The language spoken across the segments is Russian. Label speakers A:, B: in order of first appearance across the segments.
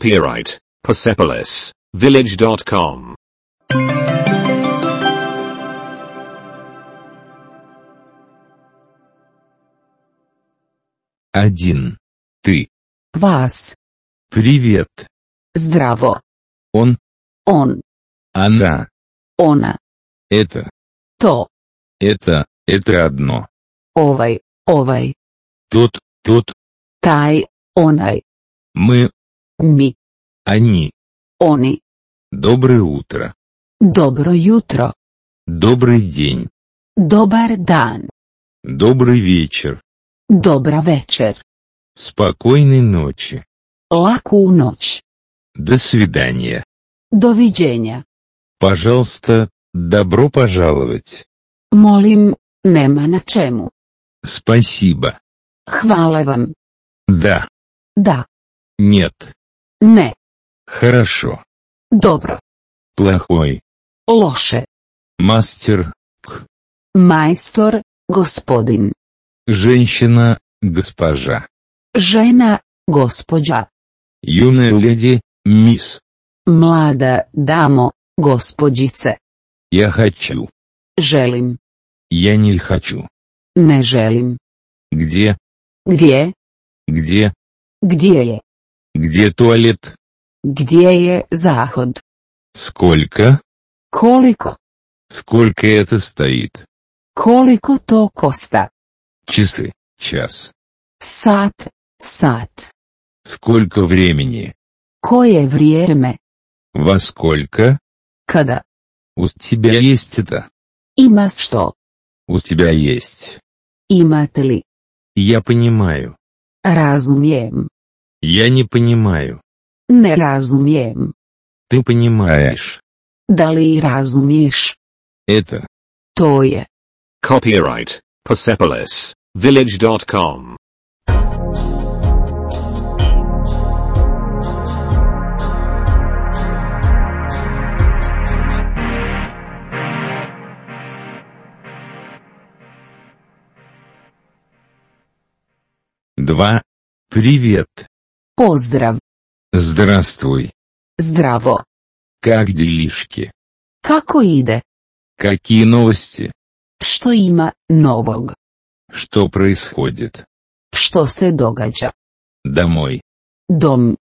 A: Copyright Persepolis Village.com.
B: Один. Ты.
C: Вас.
B: Привет.
C: Здраво.
B: Он.
C: Он.
B: Она.
C: Она.
B: Это.
C: То.
B: Это. Это одно.
C: Ovaj. Ovaj.
B: Тот. Тот.
C: Taj. Onaj.
B: Мы.
C: Mi.
B: Они.
C: Oni.
B: Доброе утро.
C: Dobro jutro.
B: Добрый день.
C: Dobar dan.
B: Добрый вечер.
C: Dobra večer.
B: Спокойной ночи.
C: Laku noć.
B: До свидания.
C: Doviđenja.
B: Пожалуйста, добро пожаловать.
C: Molim, nema na čemu.
B: Спасибо.
C: Hvala vam.
B: Да.
C: Da.
B: Нет.
C: Ne.
B: Хорошо.
C: Dobro.
B: Плохой.
C: Loše.
B: Мастер. К.
C: Majstor, gospodin.
B: Женщина. Госпожа.
C: Žena, gospođa.
B: Юная леди. Мисс.
C: Mlada damo, gospođice.
B: Я хочу.
C: Želim.
B: Я не хочу.
C: Ne želim.
B: Где?
C: Gdje?
B: Где?
C: Gdje je?
B: Где туалет?
C: Gdje je zahod?
B: Сколько?
C: Koliko?
B: Сколько это стоит?
C: Koliko to kosta?
B: Часы. Час.
C: Sat, sat.
B: Сколько времени?
C: Koje vrijeme?
B: Во сколько?
C: Kada?
B: У тебя есть это?
C: Ima što?
B: У тебя есть.
C: Imate li?
B: Я понимаю.
C: Razumijem.
B: Я не понимаю.
C: Ne razumijem.
B: Ты понимаешь.
C: Da li i razumiješ?
B: Это.
C: To je.
A: Э, Copyright Persepolis Village.com.
B: Два. Привет.
C: Pozdrav.
B: Здравствуй.
C: Zdravo.
B: Как делишки?
C: Kako ide?
B: Какие новости?
C: Što ima novog?
B: Что происходит?
C: Što se događa?
B: Домой.
C: Dom.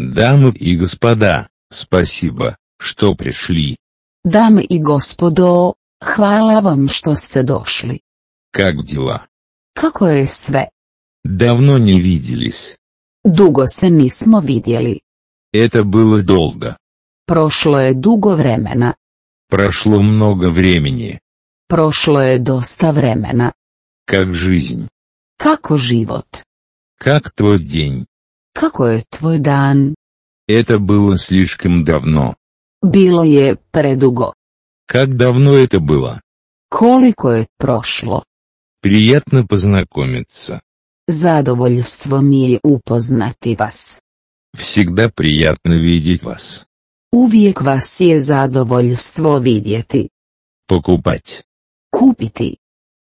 B: Дамы и господа, спасибо, что пришли.
C: Dame i gospodo, hvala vam što ste došli.
B: Как дела?
C: Kako je sve?
B: Давно не виделись.
C: Dugo se nismo vidjeli.
B: Это было долго.
C: Prošlo je dugo vremena.
B: Прошло много времени.
C: Prošlo je dosta vremena.
B: Как жизнь?
C: Kako život?
B: Как твой день?
C: Kako je tvoj dan?
B: Это было слишком давно.
C: Bilo je predugo.
B: Как давно это было?
C: Koliko je prošlo?
B: Приятно познакомиться.
C: Zadovoljstvo mi je upoznati vas.
B: Всегда приятно видеть вас.
C: Uvijek vas je zadovoljstvo vidjeti.
B: Покупать.
C: Kupiti.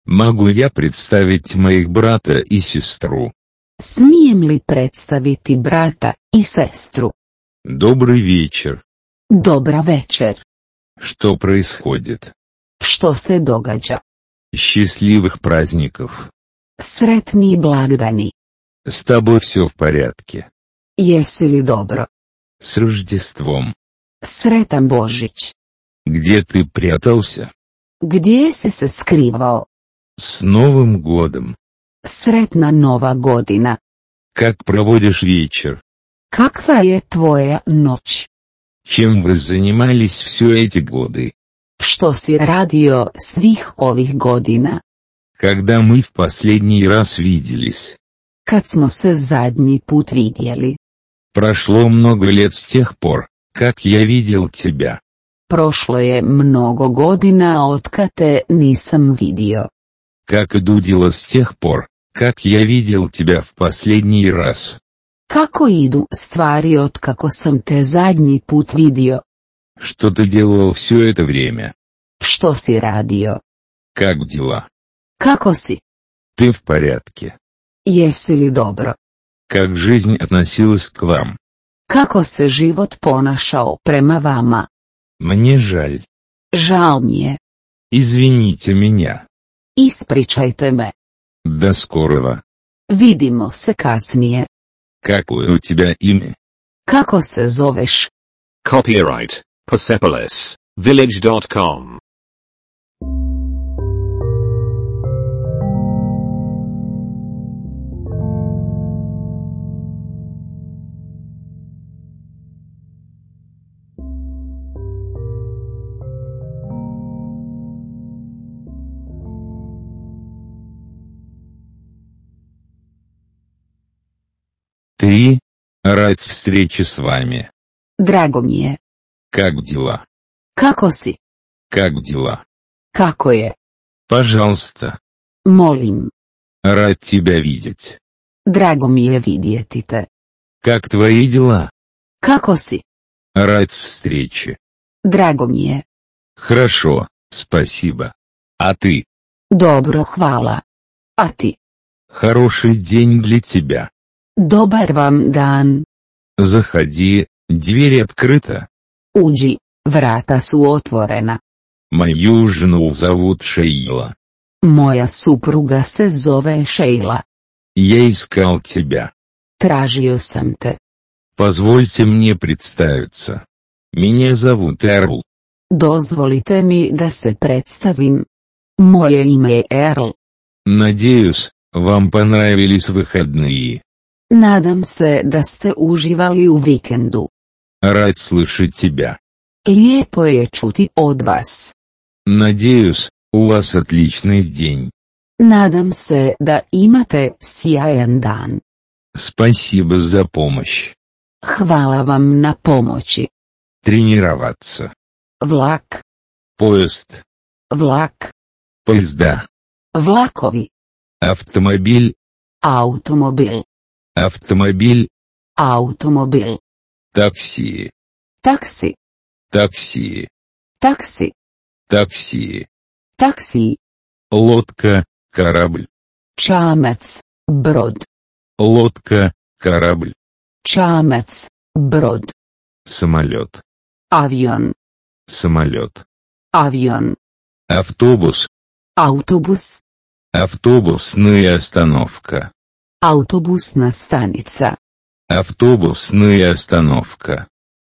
B: Могу я представить моих брата и сестру?
C: Smijem li predstaviti brata i sestru?
B: Добрый вечер.
C: Dobra večer.
B: Что происходит?
C: Što se događa?
B: Счастливых праздников.
C: Sretni blagdani.
B: С тобой все в порядке.
C: Jesi li dobro?
B: С Рождеством.
C: Sretan Božić.
B: Где ты прятался?
C: Gdje si se skrivao?
B: С Новым годом.
C: Sretna nova godina.
B: Как проводишь вечер?
C: Kakva je tvoja noć?
B: Чем вы занимались все эти годы?
C: Što si radio svih ovih godina?
B: Когда мы в последний раз виделись?
C: Kad smo se zadnji put vidjeli?
B: Прошло много лет с тех пор, как я видел тебя.
C: Prošlo je mnogo godina otkad te nisam vidio.
B: Как иду дела с тех пор, как я видел тебя в последний раз.
C: Kako idu stvari otkako sam te zadnji put vidio?
B: Что ты делал все это время?
C: Što si radio?
B: Как дела?
C: Kako si?
B: Ты в порядке?
C: Jesi li dobro?
B: Как жизнь относилась к вам?
C: Kako se život ponašao prema vama?
B: Мне жаль.
C: Žal mi je.
B: Извините меня.
C: Ispričajte me.
B: До скорого.
C: Vidimo se kasnije.
B: Какое у тебя имя?
C: Kako se zoveš?
A: Copyright Persepolis Village.com.
B: Три. Рад встрече с вами.
C: Drago mi je.
B: Как дела?
C: Kako si?
B: Как дела?
C: Kako je?
B: Пожалуйста.
C: Molim.
B: Рад тебя видеть.
C: Drago mi je vidjeti te.
B: Как твои дела?
C: Kako si?
B: Рад встрече.
C: Drago mi je.
B: Хорошо, спасибо. А ты?
C: Dobro hvala. A ti?
B: Хороший день для тебя.
C: Dobar vam dan.
B: Заходи, дверь открыта.
C: Uđi. Vrata su otvorena.
B: Мою жену зовут Шейла.
C: Moja supruga se zove Sheila.
B: Я искал тебя.
C: Tražio sam te.
B: Позвольте мне представиться. Меня зовут Эрл.
C: Dozvolite mi da se predstavim. Moje ime je Erl.
B: Надеюсь, вам понравились выходные.
C: Nadam se da ste uživali u vikendu.
B: Рад слышать тебя.
C: Lijepo je čuti od vas.
B: Надеюсь, у вас отличный день.
C: Nadam se da imate sjajan dan.
B: Спасибо за помощь.
C: Hvala vam na pomoći.
B: Тренироваться.
C: Vlak,
B: Поезд.
C: vlak,
B: Поезда.
C: vlakovi,
B: Автомобиль.
C: automobil,
B: Автомобиль.
C: automobil,
B: Такси.
C: taksi,
B: Такси.
C: taksi,
B: Такси.
C: taksi,
B: Лодка. Корабль.
C: čamac, brod,
B: Лодка. Корабль.
C: čamac, brod,
B: Самолет.
C: avion,
B: Самолет.
C: avion,
B: Автобус.
C: autobus,
B: Автобусная остановка.
C: autobusna stanica,
B: Автобусная остановка.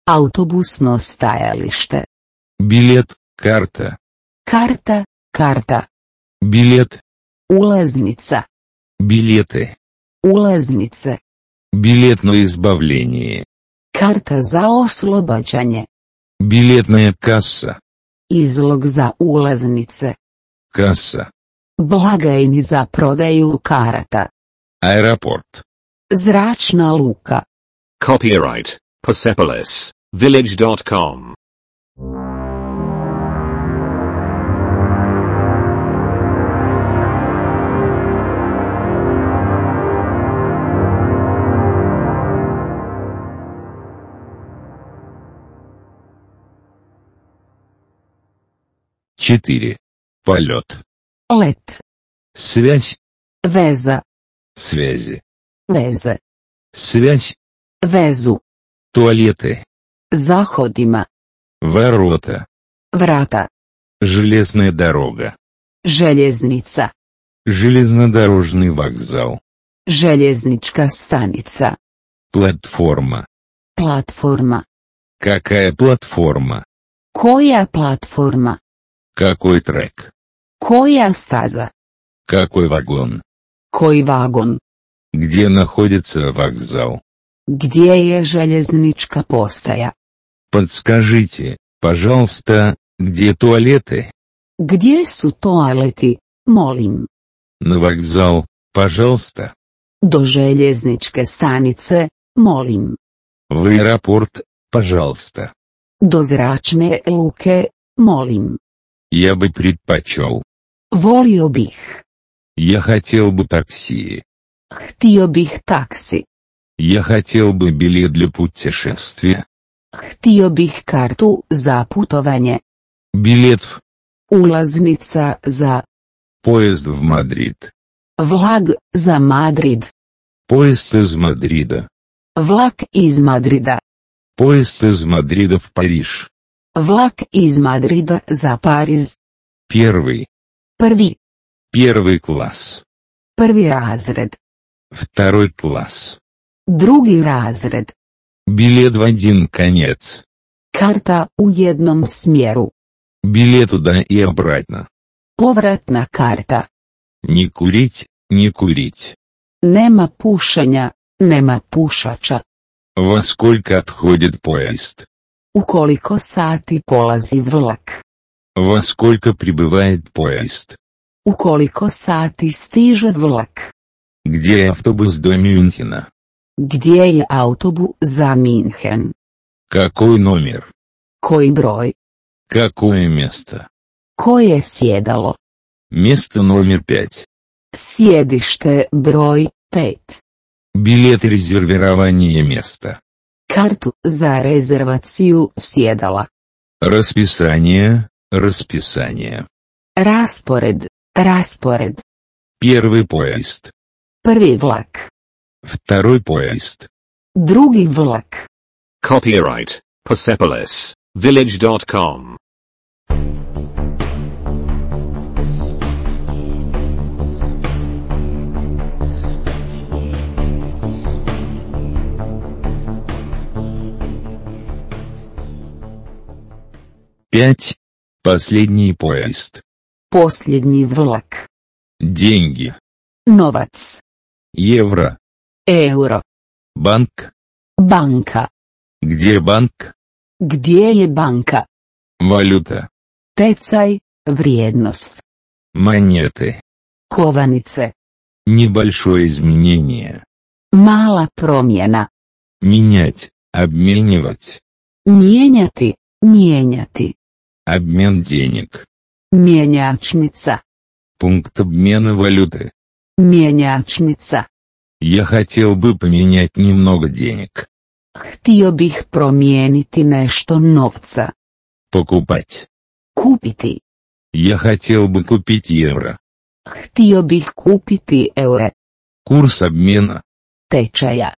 C: autobusno stajalište,
B: Билет, карта.
C: karta, karta,
B: Билет,
C: ulaznica,
B: билеты.
C: ulaznice,
B: Билет на избавление.
C: karta za oslobađanje,
B: Билетная касса.
C: izlog za ulaznice,
B: Касса.
C: blagajni za prodaju karata,
B: Аэропорт.
C: zračna luka.
A: Copyright Persepolis Village.com.
B: Четыре. Полет.
C: Let,
B: Связь.
C: veza,
B: Связи.
C: veze,
B: Связь.
C: vezu,
B: Туалеты.
C: zahodima,
B: Ворота.
C: vrata,
B: Железная дорога.
C: željeznica,
B: Железнодорожный вокзал.
C: željeznička stanica,
B: Платформа.
C: platforma.
B: Какая платформа?
C: Koja platforma?
B: Какой трек?
C: Koja staza?
B: Какой вагон?
C: Koji vagon?
B: Где находится вокзал?
C: Gdje je željeznička postaja?
B: Подскажите, пожалуйста, где туалеты?
C: Gdje su toaleti, molim?
B: На вокзал, пожалуйста.
C: Do željezničke stanice, molim.
B: В аэропорт, пожалуйста.
C: Do zračne luke, molim.
B: Я бы предпочел.
C: Volio bih.
B: Я хотел бы такси.
C: Htio bih taksi.
B: Я хотел бы билет для путешествия.
C: Htio bih kartu za putovanje.
B: Билет в
C: Ulaznica za
B: поезд в Мадрид.
C: vlag za Madrid.
B: Поезд из Мадрида.
C: Vlak iz Madrida.
B: Поезд из Мадрида в Париж.
C: Vlak iz Madrida za Pariz.
B: Первый.
C: Prvi.
B: Первый класс.
C: Prvi razred.
B: Второй класс.
C: Drugi razred.
B: Билет в один конец.
C: Karta u jednom smjeru.
B: Билет туда и обратно.
C: Povratna karta.
B: Не курить, не курить.
C: Nema pušenja, nema pušača.
B: Во сколько отходит поезд?
C: U koliko sati polazi vlak?
B: Во сколько прибывает поезд?
C: U koliko sati stiže vlak?
B: Где автобус до Мюнхена?
C: Gdje je autobu za Minhen?
B: Какой номер?
C: Koji broj?
B: Какое место?
C: Koje sjedalo?
B: Место номер пять.
C: Sjedište broj 5.
B: Билет резервирования места.
C: Kartu za rezervaciju sjedala.
B: Расписание, расписание.
C: Raspored, raspored.
B: Первый поезд.
C: Prvi vlak.
B: Второй поезд.
C: Drugi vlak.
A: Copyright Persepolis Village.com.
B: Пять. Последний поезд.
C: Posljednji vlak.
B: Деньги.
C: Novac.
B: Евро.
C: Euro.
B: Банк.
C: Banka.
B: Где банк?
C: Gdje je banka?
B: Валюта.
C: Tecaj, vrijednost.
B: Монеты.
C: Kovanice.
B: Небольшое изменение.
C: Mala promjena.
B: Менять. Обменивать.
C: Mijenjati, mijenjati.
B: Обмен денег.
C: Mijenjačnica.
B: Пункт обмена валюты.
C: Mijenjačnica.
B: Я хотел бы поменять немного денег.
C: Htio bih promijeniti nešto novca.
B: Покупать.
C: Kupiti.
B: Я хотел бы купить евро.
C: Htio bih kupiti eure.
B: Курс обмена.
C: Tečaja.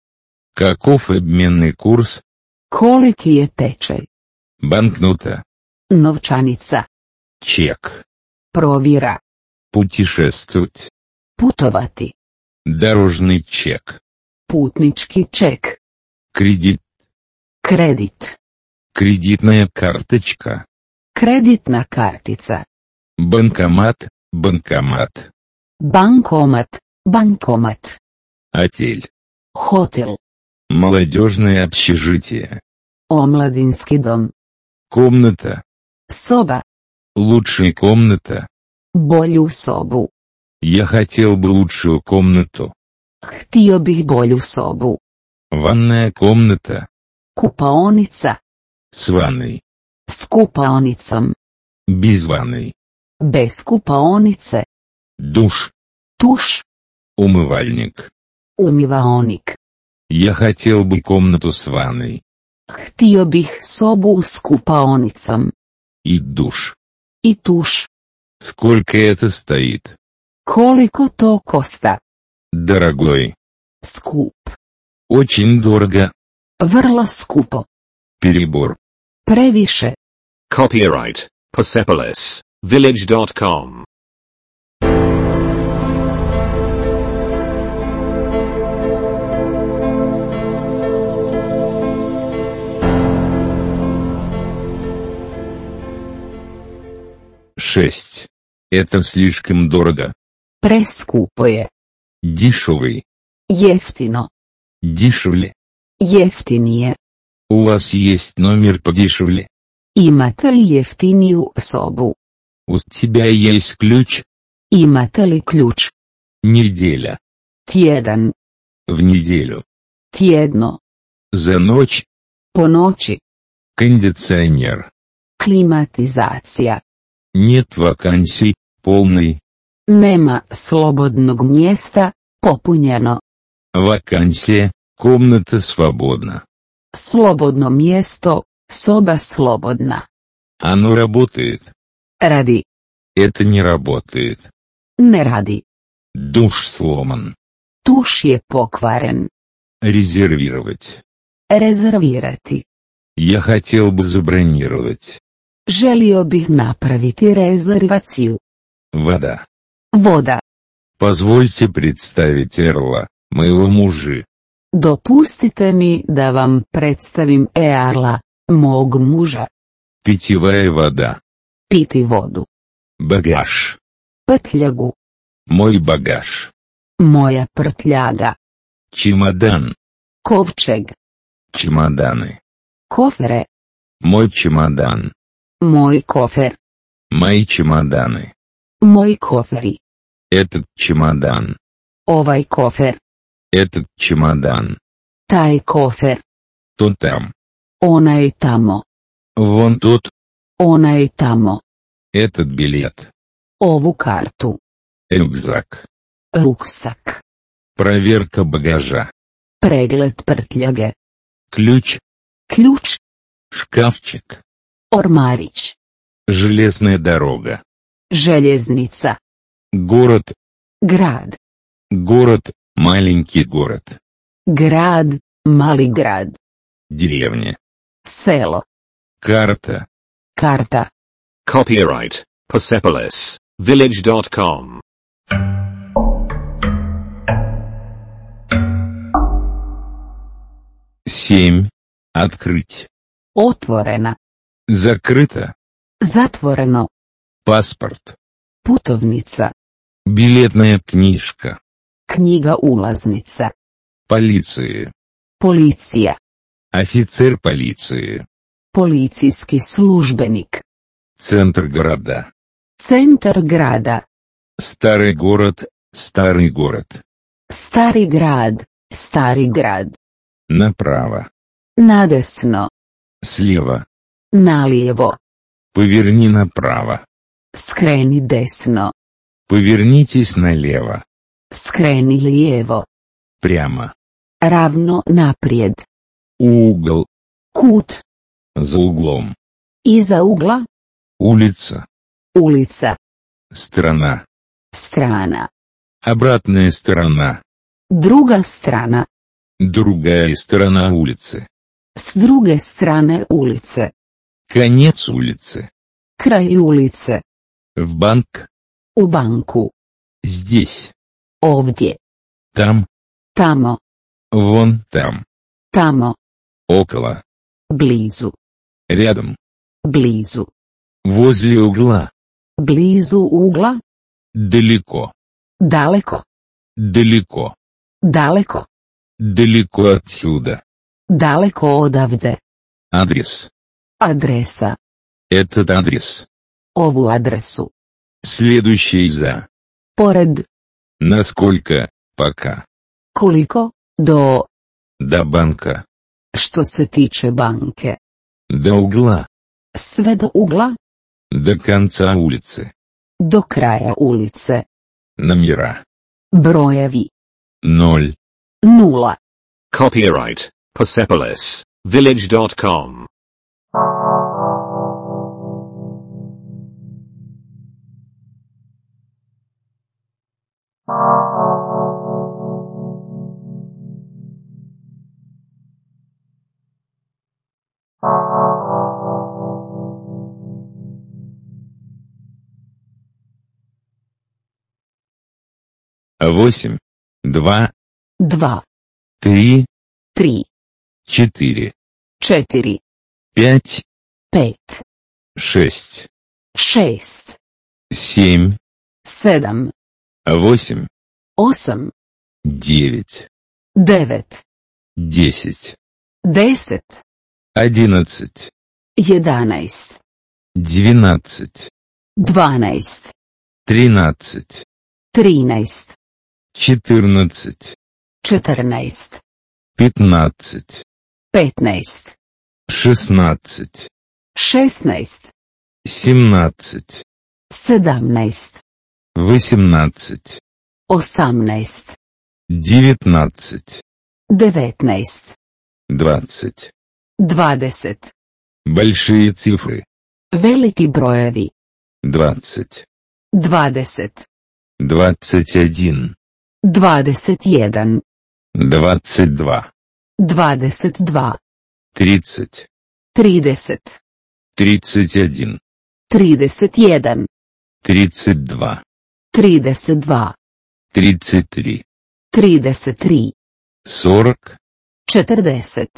B: Каков обменный курс?
C: Koliki je tečaj?
B: Банкнота.
C: Novčanica.
B: Чек.
C: Provjera.
B: Путешествовать.
C: Putovati.
B: Дорожный чек.
C: Putnički ček.
B: Кредит.
C: Kredit.
B: Кредитная карточка.
C: Kreditna kartica.
B: Банкомат. Банкомат.
C: Bankomat. Bankomat.
B: Отель.
C: Hotel.
B: Молодежное общежитие.
C: Omladinski dom.
B: Комната.
C: Soba.
B: Лучшая комната.
C: Bolju sobu.
B: Я хотел бы лучшую комнату.
C: Htio bih bolju sobu.
B: Ванная комната.
C: Kupaonica.
B: С ванной.
C: S kupaonicom.
B: Без ванной.
C: Bez kupaonice.
B: Душ.
C: Tuš.
B: Умывальник.
C: Umivaonik.
B: Я хотел бы комнату с ванной.
C: Htio bih sobu s kupaonicom.
B: И душ.
C: I tuš.
B: Сколько это стоит?
C: Koliko to kosta?
B: Дорогой.
C: Skup.
B: Очень дорого.
C: Vrlo skupo.
B: Перебор.
C: Previše.
A: Copyright Persepolis Village.com.
B: Шесть. Это слишком дорого.
C: Preskupo je.
B: Дешевый.
C: Jeftino.
B: Дешевле.
C: Jeftinije.
B: У вас есть номер подешевле?
C: Imate li jeftiniju sobu?
B: У тебя есть ключ?
C: Imate li ključ?
B: Неделя.
C: Tjedan.
B: В неделю.
C: Tjedno.
B: За ночь.
C: Po noći.
B: Кондиционер.
C: Klimatizacija.
B: Нет вакансий. Полный.
C: Nema slobodnog mjesta, popunjeno.
B: Вакансия. Комната свободна.
C: Slobodno mjesto, soba slobodna.
B: Оно работает.
C: Radi.
B: Это не работает.
C: Ne radi.
B: Душ сломан.
C: Tuš je pokvaren.
B: Резервировать.
C: Rezervirati.
B: Я хотел бы забронировать.
C: Želio bih napraviti rezervaciju.
B: Вода.
C: Voda.
B: Позвольте представить Эрла, моего мужа.
C: Dopustite mi da vam predstavim Earla, mog muža.
B: Питьевая вода.
C: Piti vodu.
B: Багаж.
C: Prtljagu.
B: Мой багаж.
C: Moja prtljaga.
B: Чемодан.
C: Kovčeg.
B: Чемоданы.
C: Kofere.
B: Мой чемодан.
C: Moj kofer.
B: Мои чемоданы.
C: Moji koferi.
B: Этот чемодан.
C: Ovaj kofer.
B: Этот чемодан.
C: Taj kofer.
B: То там.
C: Ona je tamo.
B: Вон тот.
C: Ona je tamo.
B: Этот билет.
C: Ovu kartu.
B: Рюкзак.
C: Ruksak.
B: Проверка багажа.
C: Pregled prtljage.
B: Ключ.
C: Ključ.
B: Шкафчик.
C: Ormarić.
B: Железная дорога.
C: Željeznica.
B: Город.
C: Grad.
B: Город. Маленький город.
C: Grad. Mali grad.
B: Деревня.
C: Selo.
B: Карта.
C: Karta.
A: Copyright Persepolis Village.com.
B: Семь. Открыть.
C: Otvorena.
B: Закрыто.
C: Zatvoreno.
B: Паспорт.
C: Putovnica.
B: Билетная книжка.
C: Knjiga ulaznica.
B: Полиции.
C: Policija.
B: Офицер полиции.
C: Policijski službenik.
B: Центр города.
C: Centar grada.
B: Старый город. Старый город.
C: Stari grad. Stari grad.
B: Направо.
C: Nadesno.
B: Слева.
C: Nalijevo.
B: Поверни направо.
C: Skreni desno.
B: Повернитесь налево.
C: Skreni lijevo.
B: Прямо.
C: Ravno naprijed.
B: Угол.
C: Kut.
B: За углом.
C: Iza ugla.
B: Улица.
C: Ulica.
B: Страна.
C: Strana.
B: Обратная сторона.
C: Druga strana.
B: Другая сторона улицы.
C: S druge strane ulice.
B: Конец улицы.
C: Kraj ulice.
B: В банк.
C: U banku.
B: Здесь.
C: Ovdje.
B: Там.
C: Tamo.
B: Вон там.
C: Tamo.
B: Около.
C: Blizu.
B: Рядом.
C: Blizu.
B: Возле угла.
C: Blizu ugla.
B: Далеко.
C: Daleko.
B: Далеко.
C: Daleko.
B: Далеко отсюда.
C: Daleko odavde.
B: Адрес.
C: Adresa.
B: Этот адрес.
C: Ovu adresu.
B: Следующий за.
C: Pored.
B: Насколько, пока.
C: Koliko? Do.
B: До банка.
C: Što se tiče banke.
B: До угла.
C: Sve do ugla.
B: До конца улицы.
C: Do kraja ulice.
B: Номера.
C: Brojevi.
B: Ноль.
C: Nula.
A: Copyright Persepolis Village.com.
B: Восемь. Два.
C: Dva.
B: Три.
C: Tri.
B: Четыре.
C: Četiri.
B: Пять.
C: Pet.
B: Шесть.
C: Šest.
B: Семь.
C: Sedam.
B: Восемь.
C: Osam.
B: Девять.
C: Devet.
B: Десять.
C: Deset.
B: Одиннадцать.
C: Jedanaest.
B: Двенадцать.
C: Dvanaest.
B: Тринадцать.
C: Trinaest.
B: Четырнадцать.
C: Četrnaest.
B: Пятнадцать.
C: Petnaest.
B: Шестнадцать.
C: Šestnaest.
B: Семнадцать.
C: Sedamnaest.
B: Восемнадцать.
C: Osamnaest.
B: Девятнадцать.
C: Devetnaest.
B: Двадцать.
C: Dvadeset.
B: Большие цифры.
C: Veliki brojevi.
B: Двадцать.
C: Dvadeset.
B: Двадцать один.
C: Dvadeset jedan.
B: Двадцать два.
C: 22,
B: тридцать,
C: 30,
B: тридцать один,
C: 31,
B: тридцать два,
C: 32,
B: тридцать три,
C: 33,
B: сорок,
C: 40,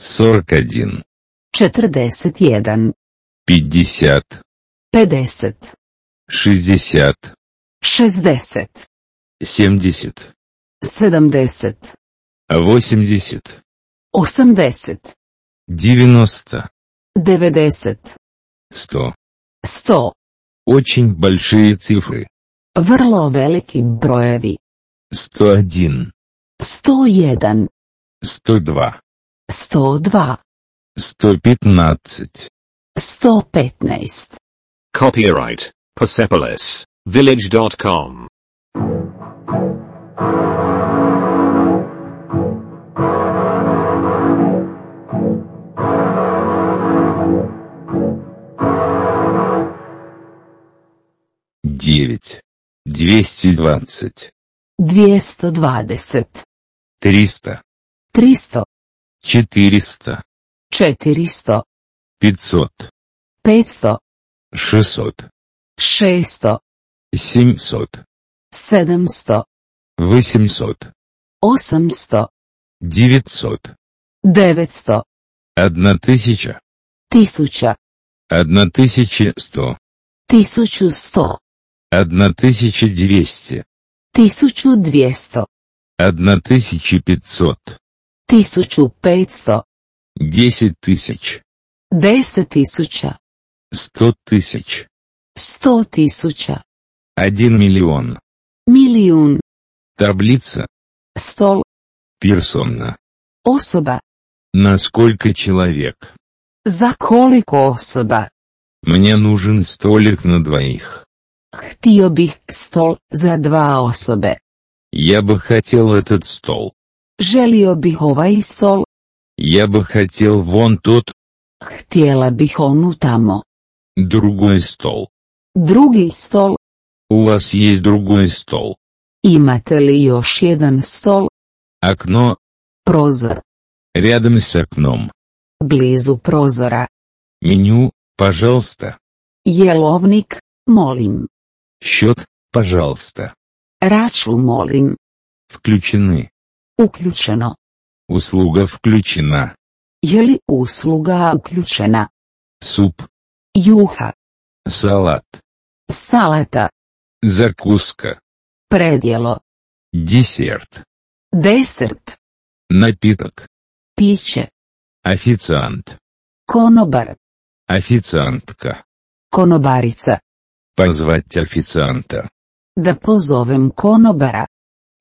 B: сорок один,
C: 41,
B: пятьдесят,
C: 50,
B: шестьдесят,
C: 60,
B: семьдесят,
C: 70,
B: восемьдесят,
C: 80,
B: девяносто,
C: 90,
B: сто.
C: 100.
B: Очень большие цифры.
C: Vrlo veliki brojevi.
B: Сто один,
C: 101,
B: сто два,
C: 102,
B: сто пятнадцать,
C: 115.
A: Copyright Persepolis Village.com.
B: девять, двести двадцать,
C: 220,
B: триста,
C: 300,
B: четыреста,
C: 400,
B: пятьсот,
C: 500,
B: шестьсот,
C: 600,
B: семьсот,
C: 700,
B: восемьсот,
C: 800,
B: девятьсот,
C: 900,
B: одна тысяча,
C: 1000,
B: одна тысяча сто,
C: 1100,
B: одна тысяча двести,
C: 1200,
B: одна тысяча пятьсот,
C: 1500,
B: десять тысяч,
C: 10 тысяча,
B: сто тысяч,
C: 100 тысяча,
B: один миллион.
C: milijun,
B: Таблица,
C: stol,
B: персона.
C: osoba,
B: На сколько человек?
C: za koliko osoba.
B: Мне нужен столик на двоих.
C: Htio bih stol za dva osobe.
B: Я бы хотел этот стол.
C: Želio bih ovaj stol,
B: Я бы хотел вон тот,
C: htjela bih onu tamo.
B: другой стол.
C: Drugi stol,
B: У вас есть другой стол.
C: imate li još jedan stol,
B: Окно,
C: prozor,
B: рядом с окном.
C: blizu prozora,
B: Меню, пожалуйста.
C: jelovnik, molim,
B: Счет, пожалуйста.
C: račun molim,
B: Включены.
C: uključeno,
B: Услуга включена.
C: je li usluga uključena,
B: Суп,
C: juha,
B: салат,
C: salata,
B: закуска,
C: predjelo,
B: десерт,
C: desert,
B: напиток,
C: piće,
B: официант.
C: konobar,
B: Официантка.
C: konobarica,
B: Позвать официанта.
C: da pozovem konobara,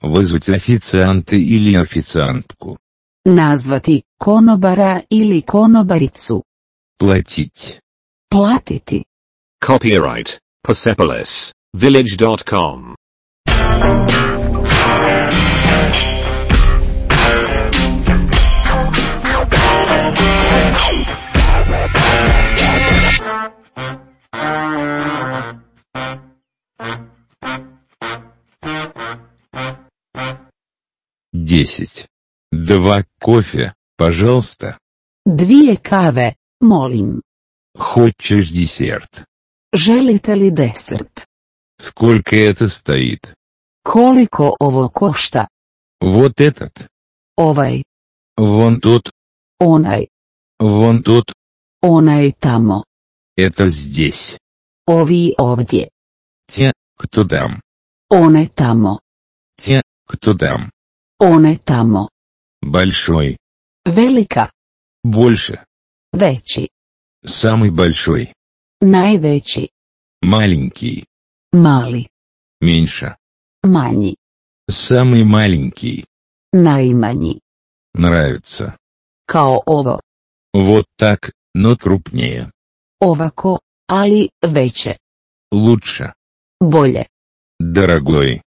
B: Вызвать официанта или официантку.
C: nazvati konobara ili konobaricu,
B: Платить.
C: platiti.
A: Copyright Persepolis Village.com.
B: Десять. Два кофе, пожалуйста.
C: Dvije kave, molim.
B: Хочешь десерт?
C: Želite li desert?
B: Сколько это стоит?
C: Koliko ovo košta?
B: Вот этот.
C: Ovaj,
B: Вон тот.
C: onaj,
B: Вон тот.
C: onaj tamo,
B: Это здесь.
C: ovi ovdje,
B: Те, кто там.
C: one tamo,
B: Те, кто там.
C: one tamo.
B: Большой.
C: Velika,
B: Больше.
C: veći,
B: Самый большой.
C: najveći,
B: Маленький.
C: mali,
B: Меньше.
C: manji,
B: Самый маленький.
C: najmanji,
B: Нравится.
C: kao ovo,
B: Вот так, но крупнее.
C: ovako, ali veće,
B: Лучше.
C: bolje,
B: Дорогой.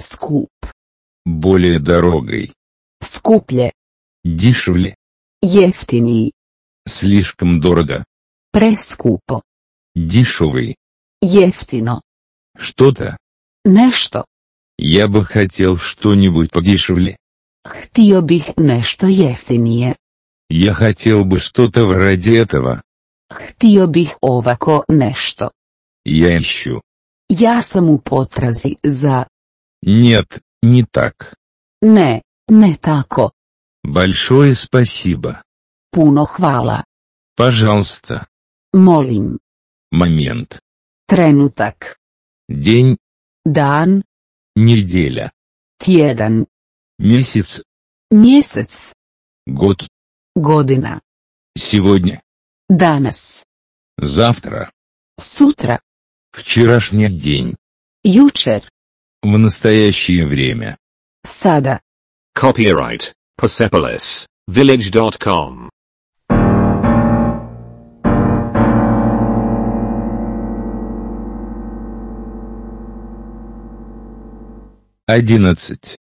C: skup,
B: Более дорогой.
C: skuplje,
B: Дешевле.
C: jeftiniji,
B: Слишком дорого.
C: preskupo,
B: Дешевый.
C: jeftino,
B: Что-то.
C: nešto.
B: Я бы хотел что-нибудь подешевле.
C: Htio bih nešto jeftinije.
B: Я хотел бы что-то вроде этого.
C: Htio bih ovako nešto.
B: Я ищу.
C: Ja sam u potrazi za...
B: Нет, не так.
C: Ne, ne tako.
B: Большое спасибо.
C: Puno hvala.
B: Пожалуйста.
C: Molim.
B: Момент.
C: Trenutak.
B: День,
C: Dan,
B: неделя,
C: tjedan,
B: месяц,
C: mjesec,
B: год,
C: godina,
B: сегодня,
C: danas,
B: завтра,
C: sutra,
B: вчерашний день,
C: jučer,
B: в настоящее время.
C: sada.
A: Copyright Persepolis Village.com.
B: Одиннадцать.